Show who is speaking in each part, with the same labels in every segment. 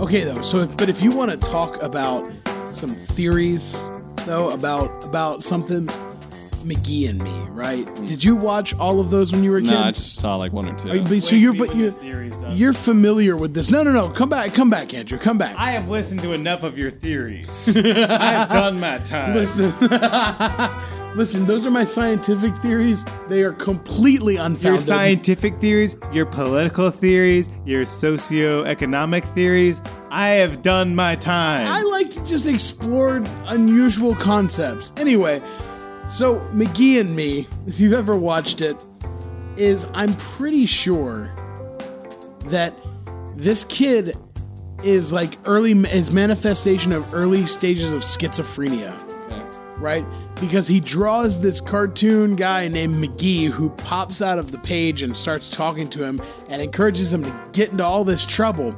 Speaker 1: Okay, though. So, if, but if you want to talk about some theories, though, about about something, McGee and me, right? Did you watch all of those when you were a kid?
Speaker 2: Mm. No, I just saw like one or two.
Speaker 1: Are you- but- so you're but
Speaker 3: your
Speaker 1: you're,
Speaker 3: theories. Doug.
Speaker 1: you're familiar with this. No, no, no. Come back, come back, Andrew. Come back.
Speaker 3: I have listened to enough of your theories. I've done my time.
Speaker 1: Listen, listen. Those are my scientific theories. They are completely unfounded.
Speaker 3: your scientific theories, your political theories, your socioeconomic theories. I have done my time.
Speaker 1: I like to just explore unusual concepts. Anyway, so McGee and Me, if you've ever watched it, is I'm pretty sure that this kid is like early his manifestation of early stages of schizophrenia, right? Because he draws this cartoon guy named McGee who pops out of the page and starts talking to him and encourages him to get into all this trouble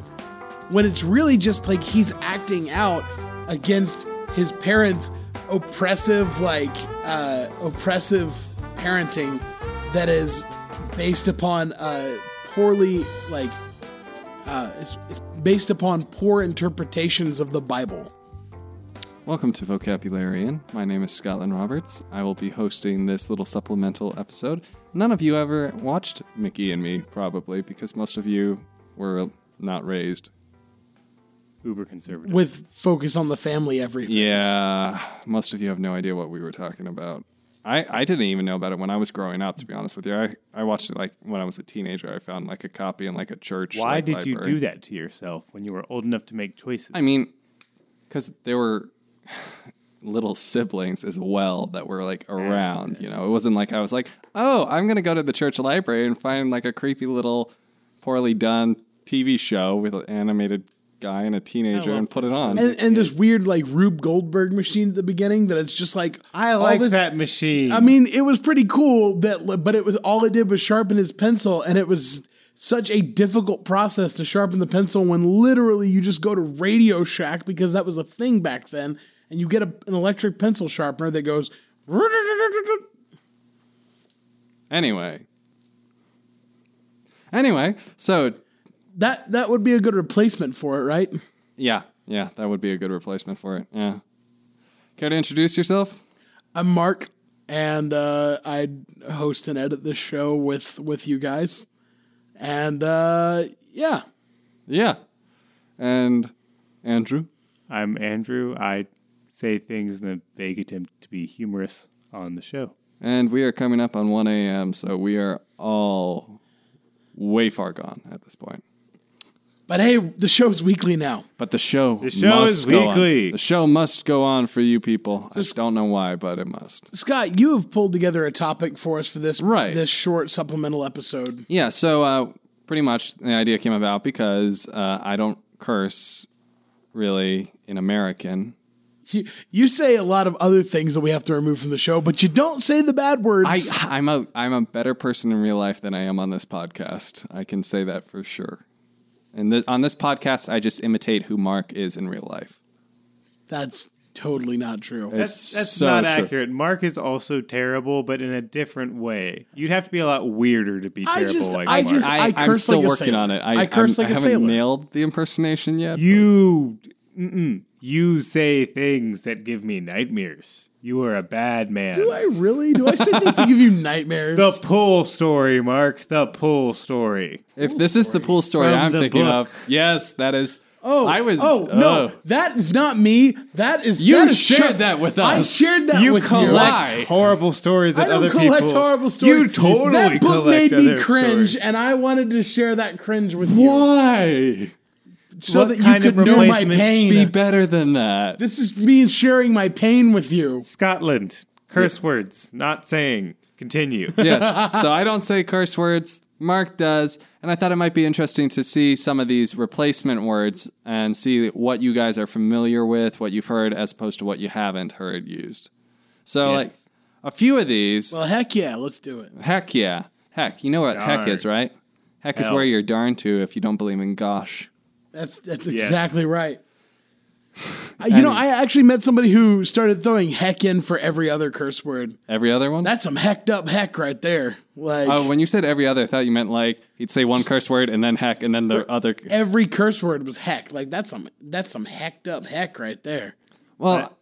Speaker 1: when it's really just like he's acting out against his parents' oppressive, like uh, oppressive parenting that is based upon uh, poorly, like uh, it's, it's based upon poor interpretations of the Bible.
Speaker 2: Welcome to Vocabularian. My name is Scotland Roberts. I will be hosting this little supplemental episode. None of you ever watched Mickey and Me, probably, because most of you were not raised.
Speaker 3: Uber conservative.
Speaker 1: With focus on the family, everything.
Speaker 2: Yeah, most of you have no idea what we were talking about. I, I didn't even know about it when I was growing up, to be honest with you. I, I watched it like when I was a teenager. I found like a copy in like a church.
Speaker 3: Why
Speaker 2: like,
Speaker 3: did you
Speaker 2: library.
Speaker 3: do that to yourself when you were old enough to make choices?
Speaker 2: I mean, because there were little siblings as well that were like around. You know, it wasn't like I was like, oh, I'm gonna go to the church library and find like a creepy little, poorly done TV show with an animated guy and a teenager
Speaker 3: love
Speaker 2: and put it on.
Speaker 1: And, and this weird like Rube Goldberg machine at the beginning that it's just like
Speaker 3: I
Speaker 1: all
Speaker 3: like
Speaker 1: this-
Speaker 3: that machine.
Speaker 1: I mean, it was pretty cool that, but it was all it did was sharpen his pencil, and it was such a difficult process to sharpen the pencil when literally you just go to Radio Shack because that was a thing back then, and you get a, an electric pencil sharpener that goes.
Speaker 2: anyway, anyway, so
Speaker 1: That that would be a good replacement for it, right?
Speaker 2: yeah, yeah, that would be a good replacement for it. Yeah, care to introduce yourself?
Speaker 1: I'm Mark, and uh, I host and edit this show with with you guys, and uh, yeah,
Speaker 2: Yeah, and Andrew.
Speaker 3: I'm Andrew. I say things in a vague attempt to be humorous on the show.
Speaker 2: And we are coming up on 1 a.m., so we are all way far gone at this point.
Speaker 1: but hey, the show's weekly now.
Speaker 2: But the show, the
Speaker 3: show
Speaker 2: must
Speaker 3: is
Speaker 2: go on.
Speaker 3: weekly.
Speaker 2: The show must go on for you people. I just don't know why, but it must.
Speaker 1: Scott, you have pulled together a topic for us for this
Speaker 2: Right.
Speaker 1: this short supplemental episode.
Speaker 2: Yeah, so uh, pretty much the idea came about because uh, I don't curse really in American.
Speaker 1: You, you say a lot of other things that we have to remove from the show, but you don't say the bad
Speaker 2: I,
Speaker 1: words.
Speaker 2: I'm a I'm a better person in real life than I am on this podcast. I can say that for sure. And th- on this podcast, I just imitate who Mark is in real life.
Speaker 1: That's totally not true.
Speaker 3: That's,
Speaker 2: It's
Speaker 3: that's
Speaker 2: so
Speaker 3: not
Speaker 2: true.
Speaker 3: accurate. Mark is also terrible, but in a different way. You'd have to be a lot weirder to be
Speaker 1: I
Speaker 3: terrible
Speaker 1: just-
Speaker 3: like
Speaker 1: I
Speaker 3: Mark.
Speaker 1: just-
Speaker 2: I, I'm
Speaker 1: curse
Speaker 2: still
Speaker 1: like a
Speaker 2: working
Speaker 1: sailor.
Speaker 2: on it. I,
Speaker 1: I curse
Speaker 2: I'm-
Speaker 1: like a
Speaker 2: I haven't
Speaker 1: sailor.
Speaker 2: nailed the impersonation yet.
Speaker 3: you, mm-mm, you say things that give me nightmares. You are a bad man.
Speaker 1: Do I really? Do I say things to give you nightmares?
Speaker 3: the pool story, Mark. The pool story.
Speaker 2: if this is the pool story
Speaker 3: From
Speaker 2: I'm
Speaker 3: the
Speaker 2: thinking
Speaker 3: book.
Speaker 2: of, yes, that is.
Speaker 1: Oh,
Speaker 2: I was. uh,
Speaker 1: Oh
Speaker 3: uh,
Speaker 1: no, that is not me. That is
Speaker 2: You
Speaker 1: that is
Speaker 2: shared
Speaker 1: Scott.
Speaker 2: that with
Speaker 1: I
Speaker 2: us.
Speaker 1: shared that
Speaker 3: You
Speaker 1: with
Speaker 3: collect
Speaker 1: you.
Speaker 2: Why?
Speaker 3: horrible stories
Speaker 1: I
Speaker 3: that
Speaker 1: don't
Speaker 3: other
Speaker 1: collect
Speaker 3: people.
Speaker 1: horrible stories.
Speaker 3: You totally
Speaker 1: that book
Speaker 3: collect
Speaker 1: made me
Speaker 3: other
Speaker 1: cringe,
Speaker 3: stories.
Speaker 1: and I wanted to share that cringe with you
Speaker 2: Why
Speaker 1: so
Speaker 3: What
Speaker 1: that you
Speaker 3: kind
Speaker 1: could
Speaker 3: of
Speaker 1: know my
Speaker 3: replacement-
Speaker 1: pain.
Speaker 2: be better than that?
Speaker 1: this is me sharing my pain with you.
Speaker 3: Scotland. Curse words. Not saying. Continue.
Speaker 2: yes. So I don't say curse words. Mark does, and I thought it might be interesting to see some of these replacement words and see what you guys are familiar with, what you've heard, as opposed to what you haven't heard used. So
Speaker 3: Yes.
Speaker 2: like a few of these.
Speaker 1: Well, heck yeah, let's do it.
Speaker 2: Heck yeah. Heck, you know what heck is, right? Heck is
Speaker 3: Hell.
Speaker 2: where you're darned to if you don't believe in gosh.
Speaker 1: That's that's exactly right. I- you know, I actually met somebody who started throwing heck in for every other curse word.
Speaker 2: Every other one?
Speaker 1: That's some hecked up heck right there. Like
Speaker 2: oh, when you said every other, I thought you meant like he'd say one curse word and then heck and then the other.
Speaker 1: every curse word was heck. Like that's some that's some hecked up heck right there.
Speaker 2: Well,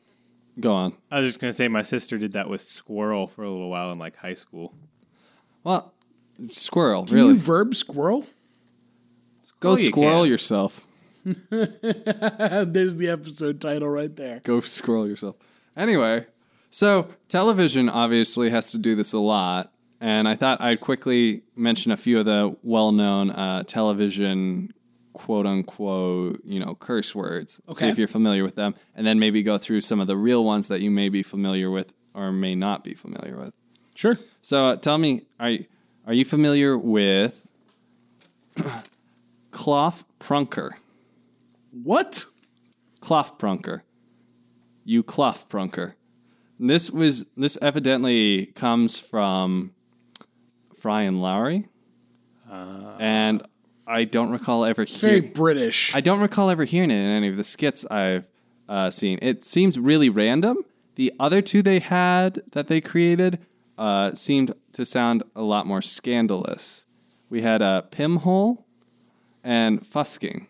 Speaker 2: go on.
Speaker 3: I was just gonna say my sister did that with squirrel for a little while in like high school.
Speaker 2: Well, squirrel,
Speaker 1: Can
Speaker 2: really.
Speaker 1: You verb squirrel?
Speaker 2: Go
Speaker 3: you
Speaker 2: squirrel
Speaker 3: can.
Speaker 2: yourself.
Speaker 1: There's the episode title right there.
Speaker 2: Go squirrel yourself. Anyway, so television obviously has to do this a lot. And I thought I'd quickly mention a few of the well known uh, television quote unquote, you know, curse words. See
Speaker 1: Okay.
Speaker 2: if you're familiar with them. And then maybe go through some of the real ones that you may be familiar with or may not be familiar with.
Speaker 1: Sure.
Speaker 2: So uh, tell me, are you, are you familiar with cloth prunker?
Speaker 1: What?
Speaker 2: Cloth prunker. You cloth prunker. And This was this evidently comes from Fry and Lowry, and I don't recall ever
Speaker 1: Very
Speaker 2: hearing.
Speaker 1: British.
Speaker 2: I don't recall ever hearing it in any of the skits I've uh, seen. It seems really random. The other two they had that they created uh, seemed to sound a lot more scandalous. We had a pimhole and fusking.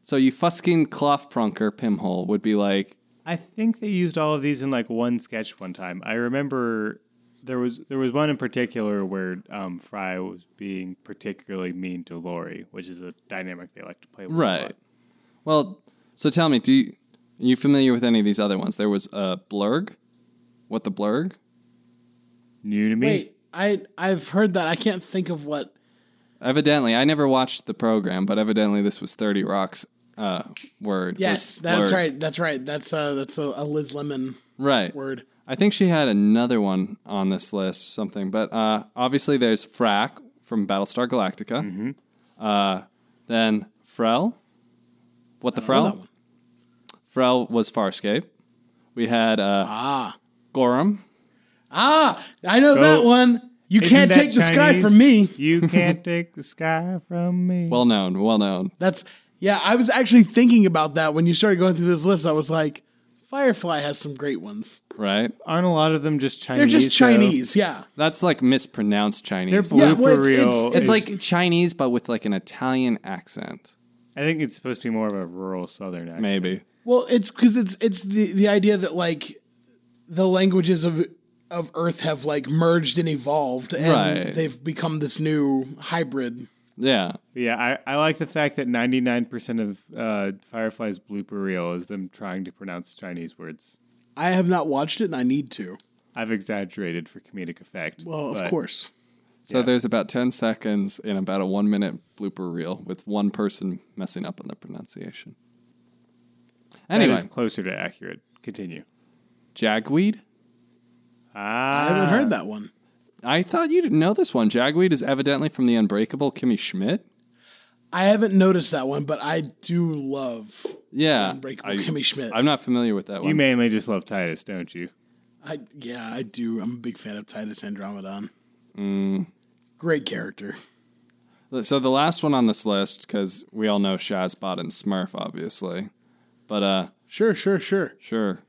Speaker 2: so you fusking cloth prunker pimhole would be like
Speaker 3: I think they used all of these in like one sketch one time. I remember there was there was one in particular where um, Fry was being particularly mean to Lori, which is a dynamic they like to play with. a
Speaker 2: right.
Speaker 3: lot.
Speaker 2: Well, so tell me, do you, are you familiar with any of these other ones? There was a blurg. What the blurg?
Speaker 3: New to me.
Speaker 1: Wait, I I've heard that. I can't think of what.
Speaker 2: Evidently, I never watched the program, but evidently this was Thirty Rock's uh, word.
Speaker 1: Yes,
Speaker 2: was
Speaker 1: that's
Speaker 2: blurred.
Speaker 1: right. That's right. That's uh that's a, a Liz Lemon
Speaker 2: Right.
Speaker 1: word.
Speaker 2: I think she had another one on this list, something. But uh, obviously, there's Frack from Battlestar Galactica.
Speaker 1: Mm-hmm.
Speaker 2: Uh, then Frel. What the
Speaker 1: know that
Speaker 2: Frel?
Speaker 1: one.
Speaker 2: Frel was Farscape. We had uh,
Speaker 1: Ah,
Speaker 2: Gorham.
Speaker 1: ah, I know that one. You
Speaker 3: Isn't
Speaker 1: can't
Speaker 3: that
Speaker 1: take the sky
Speaker 3: Chinese?
Speaker 1: from me.
Speaker 3: You can't take the sky from me.
Speaker 2: Well known. Well known.
Speaker 1: That's yeah. I was actually thinking about that when you started going through this list. I was like, Firefly has some great ones.
Speaker 2: Right.
Speaker 3: aren't a lot of them just Chinese?
Speaker 1: They're just
Speaker 3: though?
Speaker 1: Chinese. Yeah.
Speaker 2: That's like mispronounced Chinese.
Speaker 3: Their
Speaker 1: Yeah,
Speaker 3: blooper
Speaker 1: well, it's-
Speaker 3: reel.
Speaker 1: it's-
Speaker 2: it's
Speaker 3: is-
Speaker 2: like Chinese, but with like an Italian accent,
Speaker 3: I think it's supposed to be more of a rural Southern accent.
Speaker 2: maybe.
Speaker 1: Well, it's because it's it's the the idea that like the languages of of Earth have like merged and evolved, and
Speaker 2: Right.
Speaker 1: they've become this new hybrid.
Speaker 2: Yeah.
Speaker 3: Yeah, I, I like the fact that 99% of uh, Firefly's blooper reel is them trying to pronounce Chinese words.
Speaker 1: I have not watched it, and I need to.
Speaker 3: I've exaggerated for comedic effect.
Speaker 1: Well, of
Speaker 3: but
Speaker 1: course.
Speaker 2: So there's about 10 seconds in about a one minute blooper reel with one person messing up on the pronunciation.
Speaker 3: that
Speaker 2: Anyway,
Speaker 3: is closer to accurate. Continue.
Speaker 2: Jagweed?
Speaker 1: I
Speaker 3: Ah,
Speaker 1: haven't heard that one.
Speaker 2: I thought you didn't know this one. Jagweed is evidently from the unbreakable Kimmy Schmidt.
Speaker 1: I haven't noticed that one, but I do love
Speaker 2: Yeah.
Speaker 1: Unbreakable
Speaker 2: I,
Speaker 1: Kimmy Schmidt.
Speaker 2: I'm not familiar with that
Speaker 3: you
Speaker 2: one.
Speaker 3: mainly just love Titus, don't you?
Speaker 1: I yeah, I do. I'm a big fan of Titus Andromedon.
Speaker 3: Mm.
Speaker 1: Great character.
Speaker 2: so the last one on this list, because we all know Shazbot and Smurf, obviously. But uh,
Speaker 1: Sure, sure, sure.
Speaker 2: sure.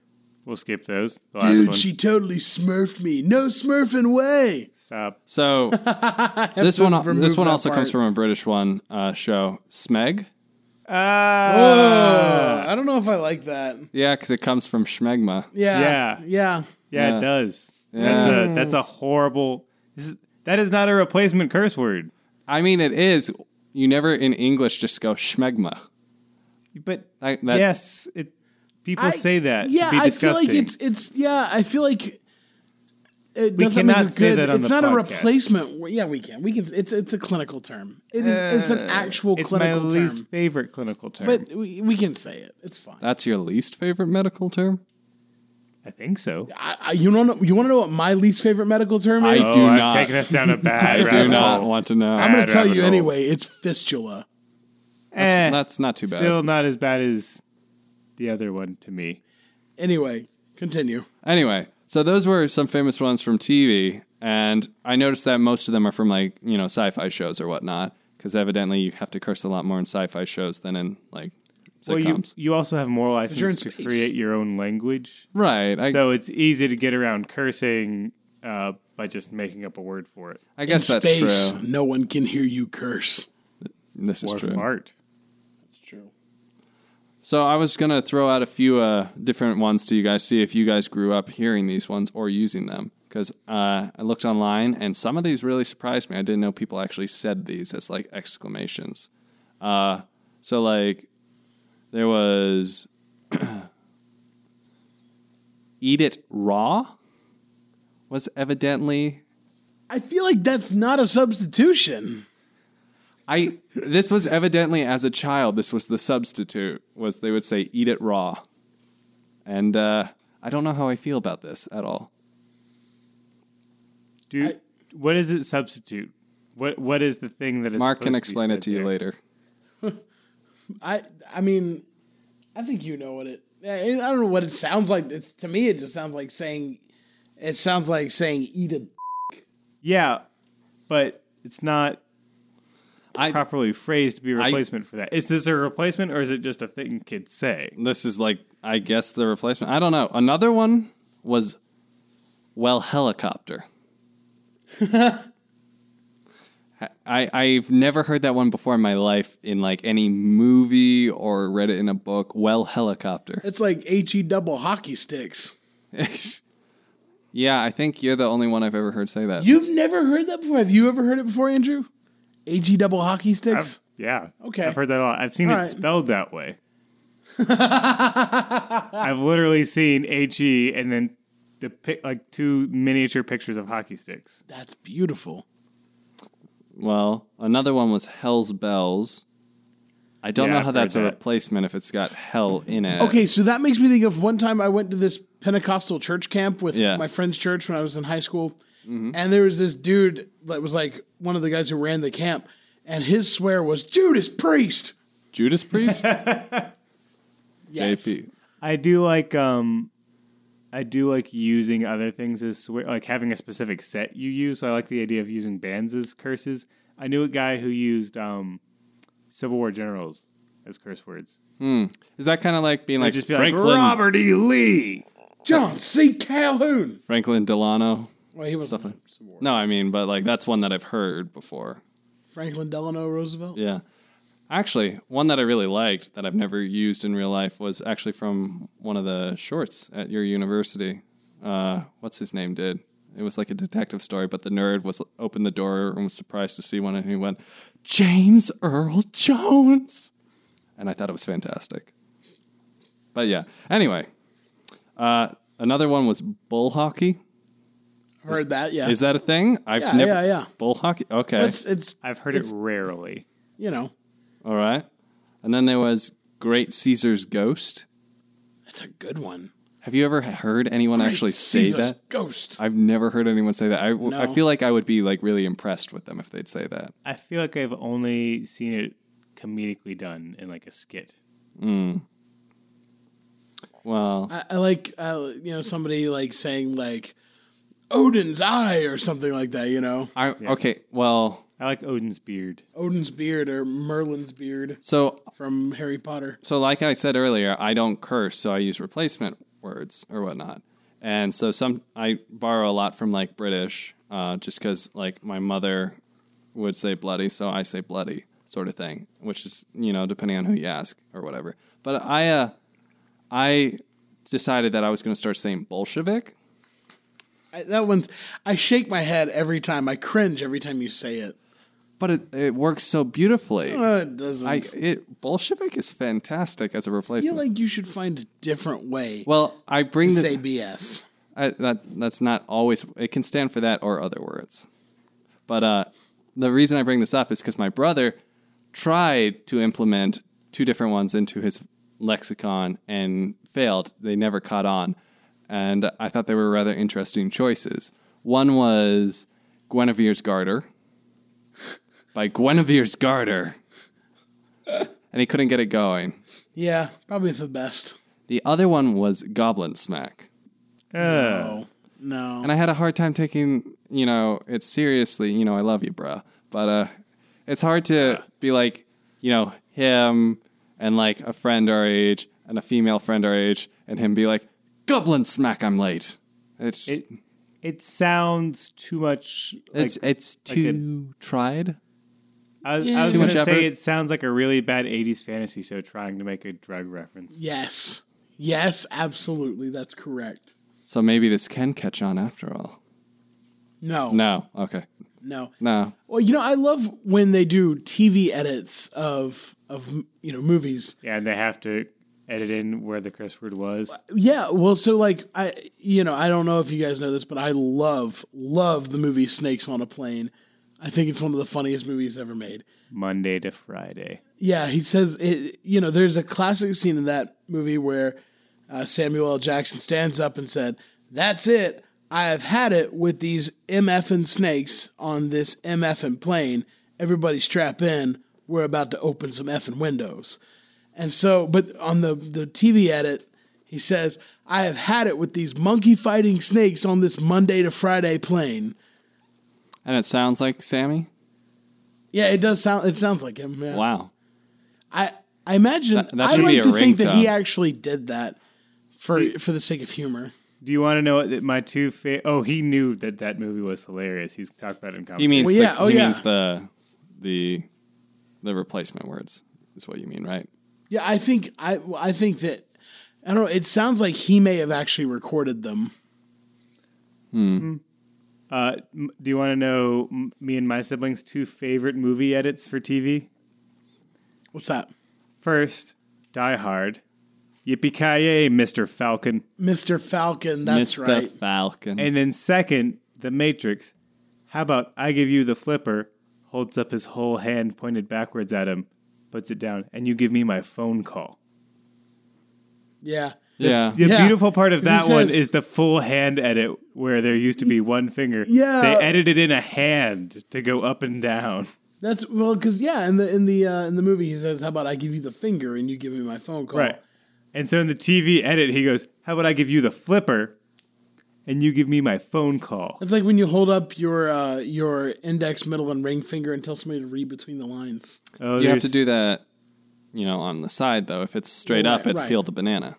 Speaker 3: We'll skip those. The last
Speaker 1: Dude,
Speaker 3: one.
Speaker 1: she totally smurfed me. No smurfing way.
Speaker 3: Stop.
Speaker 2: So this one,
Speaker 1: remove
Speaker 2: this one
Speaker 1: that
Speaker 2: also comes
Speaker 1: part.
Speaker 2: from a British one uh, show, Smeg.
Speaker 3: Ah,
Speaker 1: Uh, I don't know if I like that.
Speaker 2: Yeah, because it comes from Schmegma.
Speaker 1: Yeah.
Speaker 3: Yeah.
Speaker 1: Yeah.
Speaker 3: yeah,
Speaker 2: yeah.
Speaker 3: it does. That's a that's a horrible. This is, that is not a replacement curse word.
Speaker 2: I mean, it is. You never in English just go schmegma.
Speaker 3: But
Speaker 2: I, that,
Speaker 3: yes, it, people
Speaker 1: I-
Speaker 3: say that.
Speaker 1: Yeah,
Speaker 3: to be
Speaker 1: I feel
Speaker 3: disgusting.
Speaker 1: like it's it's yeah, I feel like it doesn't
Speaker 3: cannot
Speaker 1: make it
Speaker 3: say
Speaker 1: good.
Speaker 3: that on
Speaker 1: it's
Speaker 3: the
Speaker 1: not a
Speaker 3: podcast.
Speaker 1: replacement. wo- Yeah, we can. We can it's it's a clinical term. It is it's an actual
Speaker 3: Uh, It's my
Speaker 1: clinical term.
Speaker 3: least favorite clinical term.
Speaker 1: but we, we can say it. It's fine.
Speaker 2: That's your least favorite medical term?
Speaker 3: I think so.
Speaker 1: I, I, you don't know, you want to know what my least favorite medical term is?
Speaker 2: I do
Speaker 3: Oh, I've
Speaker 2: not.
Speaker 3: taken us down a bad
Speaker 2: I do
Speaker 3: rabbit
Speaker 2: not
Speaker 3: hole.
Speaker 2: want to know.
Speaker 1: I'm going
Speaker 3: I'd
Speaker 1: to tell
Speaker 3: rather
Speaker 1: you
Speaker 3: know.
Speaker 1: anyway. It's fistula.
Speaker 3: Eh,
Speaker 2: That's not too bad.
Speaker 3: still not as bad as the other one to me.
Speaker 1: Anyway, continue.
Speaker 2: Anyway, so those were some famous ones from TV, and I noticed that most of them are from like you know sci-fi shows or whatnot, because evidently you have to curse a lot more in sci-fi shows than in like
Speaker 3: Well, you,
Speaker 2: sitcoms.
Speaker 3: you also have more
Speaker 1: you're in
Speaker 3: license to
Speaker 1: space.
Speaker 3: create your own language.
Speaker 2: right. I,
Speaker 3: so it's easy to get around cursing uh, by just making up a word for it.
Speaker 2: I guess
Speaker 1: In
Speaker 2: that's
Speaker 1: space,
Speaker 2: true.
Speaker 1: no one can hear you curse.
Speaker 2: This is
Speaker 3: or
Speaker 2: true.
Speaker 3: fart.
Speaker 1: That's true.
Speaker 2: So I was gonna throw out a few uh, different ones to you guys, see if you guys grew up hearing these ones or using them. Because uh, I looked online, and some of these really surprised me. I didn't know people actually said these as like exclamations. Uh, so like, there was "eat it raw" was evidently
Speaker 1: I feel like that's not a substitution.
Speaker 2: I this was evidently as a child. This was the substitute. Was they would say eat it raw, and uh, I don't know how I feel about this at all.
Speaker 3: Do you, what does it substitute? What what is the thing that is
Speaker 2: Mark
Speaker 3: supposed
Speaker 2: can
Speaker 3: be
Speaker 2: explain
Speaker 3: said
Speaker 2: it to you
Speaker 3: there?
Speaker 2: later.
Speaker 1: I I mean, I think you know what it. I I don't know what it sounds like. It's to me, it just sounds like saying. It sounds like saying eat a.
Speaker 3: Yeah, but it's not
Speaker 2: I
Speaker 3: properly phrased to be a replacement for that. Is this a replacement or is it just a thing kids say?
Speaker 2: this is like I guess the replacement. I don't know. Another one was well helicopter. I I've never heard that one before in my life in like any movie or read it in a book. Well helicopter.
Speaker 1: It's like he double hockey sticks.
Speaker 2: yeah, I think you're the only one I've ever heard say that.
Speaker 1: You've never heard that before. Have you ever heard it before, Andrew? He double hockey sticks.
Speaker 3: Yeah.
Speaker 1: Okay.
Speaker 3: I've heard that a lot. I've seen
Speaker 1: All
Speaker 3: it
Speaker 1: right.
Speaker 3: spelled that way. I've literally seen H E and then the pic, like two miniature pictures of hockey sticks.
Speaker 1: That's beautiful.
Speaker 2: well, another one was Hell's Bells. I don't
Speaker 3: Yeah,
Speaker 2: know
Speaker 3: I've
Speaker 2: how that's
Speaker 3: heard
Speaker 2: a
Speaker 3: that.
Speaker 2: replacement if it's got hell in it.
Speaker 1: Okay, so that makes me think of one time I went to this Pentecostal church camp with
Speaker 2: Yeah.
Speaker 1: my friend's church when I was in high school, and there was this dude that was like one of the guys who ran the camp, and his swear was Judas Priest.
Speaker 2: Judas Priest?
Speaker 1: Yes.
Speaker 2: JP.
Speaker 3: I do like um I do like using other things as swear like having a specific set you use. So I like the idea of using bands as curses. I knew a guy who used um Civil War generals as curse words.
Speaker 2: Is that kind of like being like
Speaker 3: just be like,
Speaker 2: Franklin,
Speaker 3: Robert E. Lee.
Speaker 1: John C. Calhoun.
Speaker 2: Franklin Delano?
Speaker 1: Well, he was
Speaker 2: No, I mean, but like that's one that I've heard before.
Speaker 1: Franklin Delano Roosevelt.
Speaker 2: Yeah. Actually, one that I really liked that I've never used in real life was actually from one of the shorts at your university. Uh, what's his name did? It was like a detective story, but the nerd was opened the door and was surprised to see one, and he went, "James Earl Jones," and I thought it was fantastic. But yeah, anyway, uh, another one was bull hockey.
Speaker 1: Heard that? Yeah.
Speaker 2: Is that a thing? I've
Speaker 1: Yeah,
Speaker 2: never
Speaker 1: yeah, yeah.
Speaker 2: bull hockey. Okay,
Speaker 1: it's it's
Speaker 3: I've heard
Speaker 1: It's-
Speaker 3: it rarely.
Speaker 1: you know
Speaker 2: all right. And then there was Great Caesar's Ghost.
Speaker 1: that's a good one.
Speaker 2: Have you ever heard anyone actually say
Speaker 1: Caesar's
Speaker 2: that?
Speaker 1: ghost.
Speaker 2: I've never heard anyone say that. I, w- I
Speaker 1: No.
Speaker 2: feel like I would be like really impressed with them if they'd say that.
Speaker 3: I feel like I've only seen it comedically done in like a skit.
Speaker 2: Well,
Speaker 1: I, I like uh, you know somebody like saying like Odin's eye or something like that. You know
Speaker 2: I, okay. Well,
Speaker 3: I like Odin's beard.
Speaker 1: Odin's beard or Merlin's beard
Speaker 2: so
Speaker 1: from Harry Potter.
Speaker 2: so like I said earlier, I don't curse, so I use replacement words or whatnot. And so some I borrow a lot from like British, uh, just because like my mother would say bloody, so I say bloody sort of thing, which is you know depending on who you ask or whatever. But I uh, I decided that I was going to start saying Bolshevik.
Speaker 1: I, that one's. I shake my head every time. I cringe every time you say it.
Speaker 2: but it, it works so beautifully.
Speaker 1: Uh, it doesn't.
Speaker 2: I
Speaker 1: I,
Speaker 2: it Bolshevik is fantastic as a
Speaker 1: feel
Speaker 2: replacement.
Speaker 1: like you should find a different way
Speaker 2: well, I bring
Speaker 1: to
Speaker 2: the
Speaker 1: say BS.
Speaker 2: I, that that's not always it can stand for that or other words. But uh, the reason I bring this up is because my brother tried to implement two different ones into his lexicon and failed. They never caught on, and I thought they were rather interesting choices. One was Guinevere's Garter by Guinevere's Garter, and he couldn't get it going.
Speaker 1: Yeah, probably for the best.
Speaker 2: The other one was Goblin Smack.
Speaker 3: Uh,
Speaker 1: Oh no.
Speaker 2: and I had a hard time taking you know it seriously. You know, I love you, bro, but uh, it's hard to be like you know him and like a friend our age and a female friend our age, and him be like, "Goblin smack, I'm late." It's
Speaker 3: It it sounds too much. Like,
Speaker 2: it's it's too tried.
Speaker 3: I, was- I was
Speaker 2: Too
Speaker 3: going
Speaker 2: much
Speaker 3: to
Speaker 2: effort.
Speaker 3: say it sounds like a really bad '80s fantasy show trying to make a drug reference.
Speaker 1: Yes. Yes, absolutely. That's correct.
Speaker 2: So maybe this can catch on after all.
Speaker 1: No.
Speaker 2: No, okay,
Speaker 1: No.
Speaker 2: no.
Speaker 1: Well, you know, I love when they do TV edits of of you know movies.
Speaker 3: Yeah, and they have to edit in where the curse word was.
Speaker 1: Yeah, well, so like I, you know, I don't know if you guys know this, but I love love the movie Snakes on a Plane. I think it's one of the funniest movies ever made.
Speaker 3: Monday to Friday.
Speaker 1: Yeah, he says it. You know, there's a classic scene in that movie where uh, Samuel L. Jackson stands up and said, "That's it. I have had it with these MF and snakes on this MF and plane. Everybody strap in. We're about to open some effing windows." And so, but on the the TV edit, he says, "I have had it with these monkey fighting snakes on this Monday to Friday plane."
Speaker 2: And it sounds like Sammy.
Speaker 1: Yeah, it does sound. It sounds like him. Yeah.
Speaker 2: Wow.
Speaker 1: I I imagine
Speaker 2: That- that
Speaker 1: I
Speaker 2: should
Speaker 1: like
Speaker 2: be a
Speaker 1: to think that he
Speaker 2: ringtone.
Speaker 1: actually did that for for the sake of humor.
Speaker 3: Do you want to know what that my two fa- Oh, he knew that that movie was hilarious. He's talked about it in comedy.
Speaker 2: He means
Speaker 1: Well,
Speaker 2: the,
Speaker 1: yeah, oh,
Speaker 2: he
Speaker 1: yeah.
Speaker 2: means the the the replacement words is what you mean, right?
Speaker 1: Yeah, I think I I think that I don't know. It sounds like he may have actually recorded them.
Speaker 3: Uh, m- do you want to know m- me and my siblings' two favorite movie edits for TV?
Speaker 1: What's that,
Speaker 3: First, Die Hard. Yippee ki Mr. Falcon.
Speaker 1: Mister Falcon? That's
Speaker 2: Mr.
Speaker 1: right.
Speaker 2: Falcon.
Speaker 3: And then second, The Matrix. How about I give you the flipper? Holds up his whole hand pointed backwards at him, puts it down, and you give me my phone call.
Speaker 1: yeah,
Speaker 2: yeah.
Speaker 3: The
Speaker 1: Yeah.
Speaker 3: beautiful part of
Speaker 1: He
Speaker 3: that one
Speaker 1: says-
Speaker 3: is the full hand edit where there used to be one finger.
Speaker 1: Yeah.
Speaker 3: They edited in a hand to go up and down.
Speaker 1: that's well, because yeah, in the in the uh, in the movie he says, "How about I give you the finger and you give me my phone call?"
Speaker 3: Right. And so in the TV edit, he goes, How about I give you the flipper and you give me my phone call?
Speaker 1: It's like when you hold up your uh, your index, middle, and ring finger and tell somebody to read between the lines.
Speaker 3: Oh,
Speaker 2: You have
Speaker 3: there's-
Speaker 2: to do that, you know, on the side though. If it's straight up,
Speaker 1: Right,
Speaker 2: it's
Speaker 1: right.
Speaker 2: peel the banana.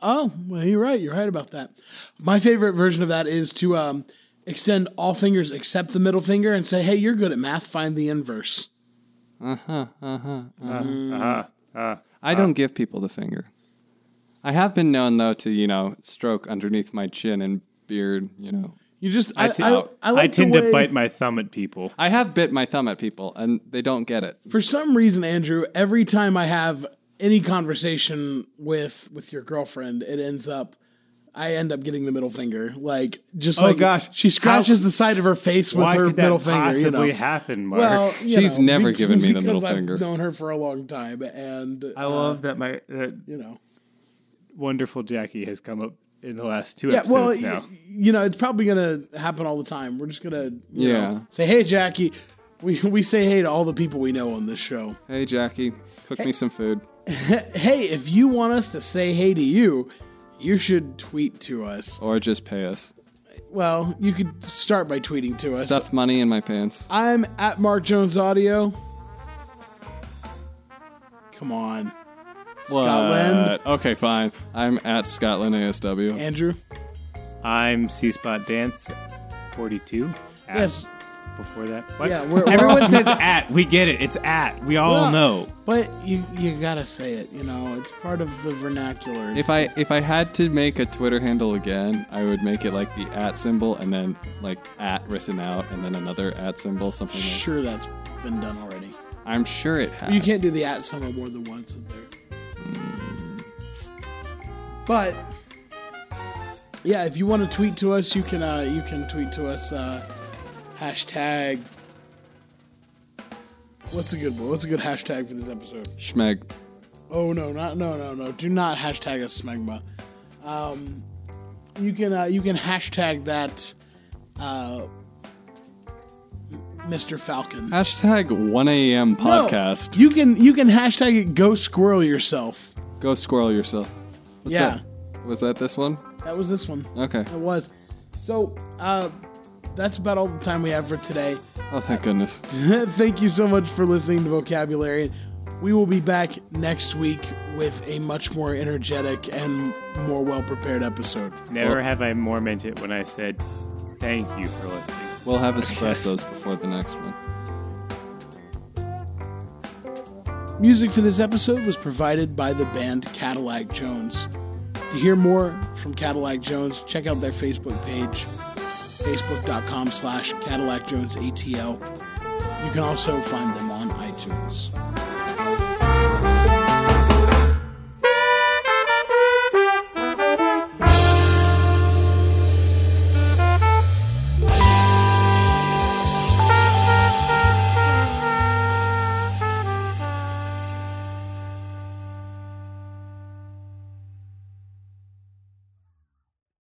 Speaker 1: Oh, well, you're right. You're right about that. My favorite version of that is to um, extend all fingers except the middle finger and say, hey, you're good at math. Find the inverse.
Speaker 2: I don't give people the finger. I have been known though to, you know, stroke underneath my chin and beard, you know.
Speaker 1: You just,
Speaker 3: I
Speaker 1: I
Speaker 3: t-
Speaker 1: I- I like
Speaker 3: I tend
Speaker 1: the way,
Speaker 3: to bite my thumb at people.
Speaker 2: I have bit my thumb at people and they don't get it.
Speaker 1: For some reason, Andrew, every time I have any conversation with with your girlfriend, it ends up, I end up getting the middle finger. Like, just
Speaker 3: Oh,
Speaker 1: like
Speaker 3: gosh.
Speaker 1: she scratches the side of her face with
Speaker 3: Why
Speaker 1: her
Speaker 3: could that
Speaker 1: middle finger.
Speaker 3: possibly
Speaker 1: You know.
Speaker 3: happen, Mark?
Speaker 1: Well, you
Speaker 2: She's
Speaker 1: know,
Speaker 2: never
Speaker 1: be-
Speaker 2: given me the
Speaker 1: because
Speaker 2: middle
Speaker 1: I've
Speaker 2: finger.
Speaker 1: known her for a long time, and uh,
Speaker 3: I love that my that
Speaker 1: you know,
Speaker 3: wonderful Jackie has come up in the last two
Speaker 1: Yeah, well,
Speaker 3: episodes now.
Speaker 1: y- you know, it's probably gonna happen all the time. We're just gonna, you
Speaker 2: Yeah.
Speaker 1: know, say hey, Jackie. We we say hey to all the people we know on this show.
Speaker 2: Hey Jackie, cook me some food.
Speaker 1: Hey, if you want us to say hey to you, you should tweet to us.
Speaker 2: Or just pay us.
Speaker 1: Well, you could start by tweeting to us.
Speaker 2: Stuff money in my pants.
Speaker 1: I'm at Mark Jones Audio. Come on, Scotland.
Speaker 2: What? Okay, fine. I'm at Scotland ASW.
Speaker 1: Andrew.
Speaker 3: I'm C Spot Dance 42. At
Speaker 1: Yes.
Speaker 3: Before that, What?
Speaker 1: Yeah, we're-
Speaker 3: everyone says at. We get it. It's at. We all
Speaker 1: Well,
Speaker 3: know.
Speaker 1: but you you gotta say it. You know, it's part of the vernacular.
Speaker 2: If I if I had to make a Twitter handle again, I would make it like the at symbol and then like at written out and then another at symbol, something like
Speaker 1: sure, that's been done already.
Speaker 2: I'm sure it has.
Speaker 1: You can't do the at symbol more than once in there. But yeah, if you want to tweet to us, you can uh, you can tweet to us uh, hashtag. What's a good one? What's a good hashtag for this episode?
Speaker 2: Schmeg.
Speaker 1: Oh no, not no no no! Do not hashtag us smegma. Um, you can uh, you can hashtag that, uh, Mr. Falcon.
Speaker 2: Hashtag 1 a.m.
Speaker 1: No,
Speaker 2: podcast.
Speaker 1: Oh, you can you can hashtag it. Go squirrel yourself.
Speaker 2: Go squirrel yourself. Was
Speaker 1: Yeah.
Speaker 2: That, was that this one?
Speaker 1: That was this one.
Speaker 2: Okay.
Speaker 1: It was. So uh, that's about all the time we have for today.
Speaker 2: Oh, thank goodness.
Speaker 1: Thank you so much for listening to Vocabulary. We will be back next week with a much more energetic and more well prepared episode.
Speaker 3: Never
Speaker 2: Well-
Speaker 3: have I more meant it when I said thank you for listening.
Speaker 2: We'll have espressos before the next one.
Speaker 1: Music for this episode was provided by the band Cadillac Jones. To hear more from Cadillac Jones, check out their Facebook page, facebook.com slash Cadillac Jones ATL. You can also find them on iTunes.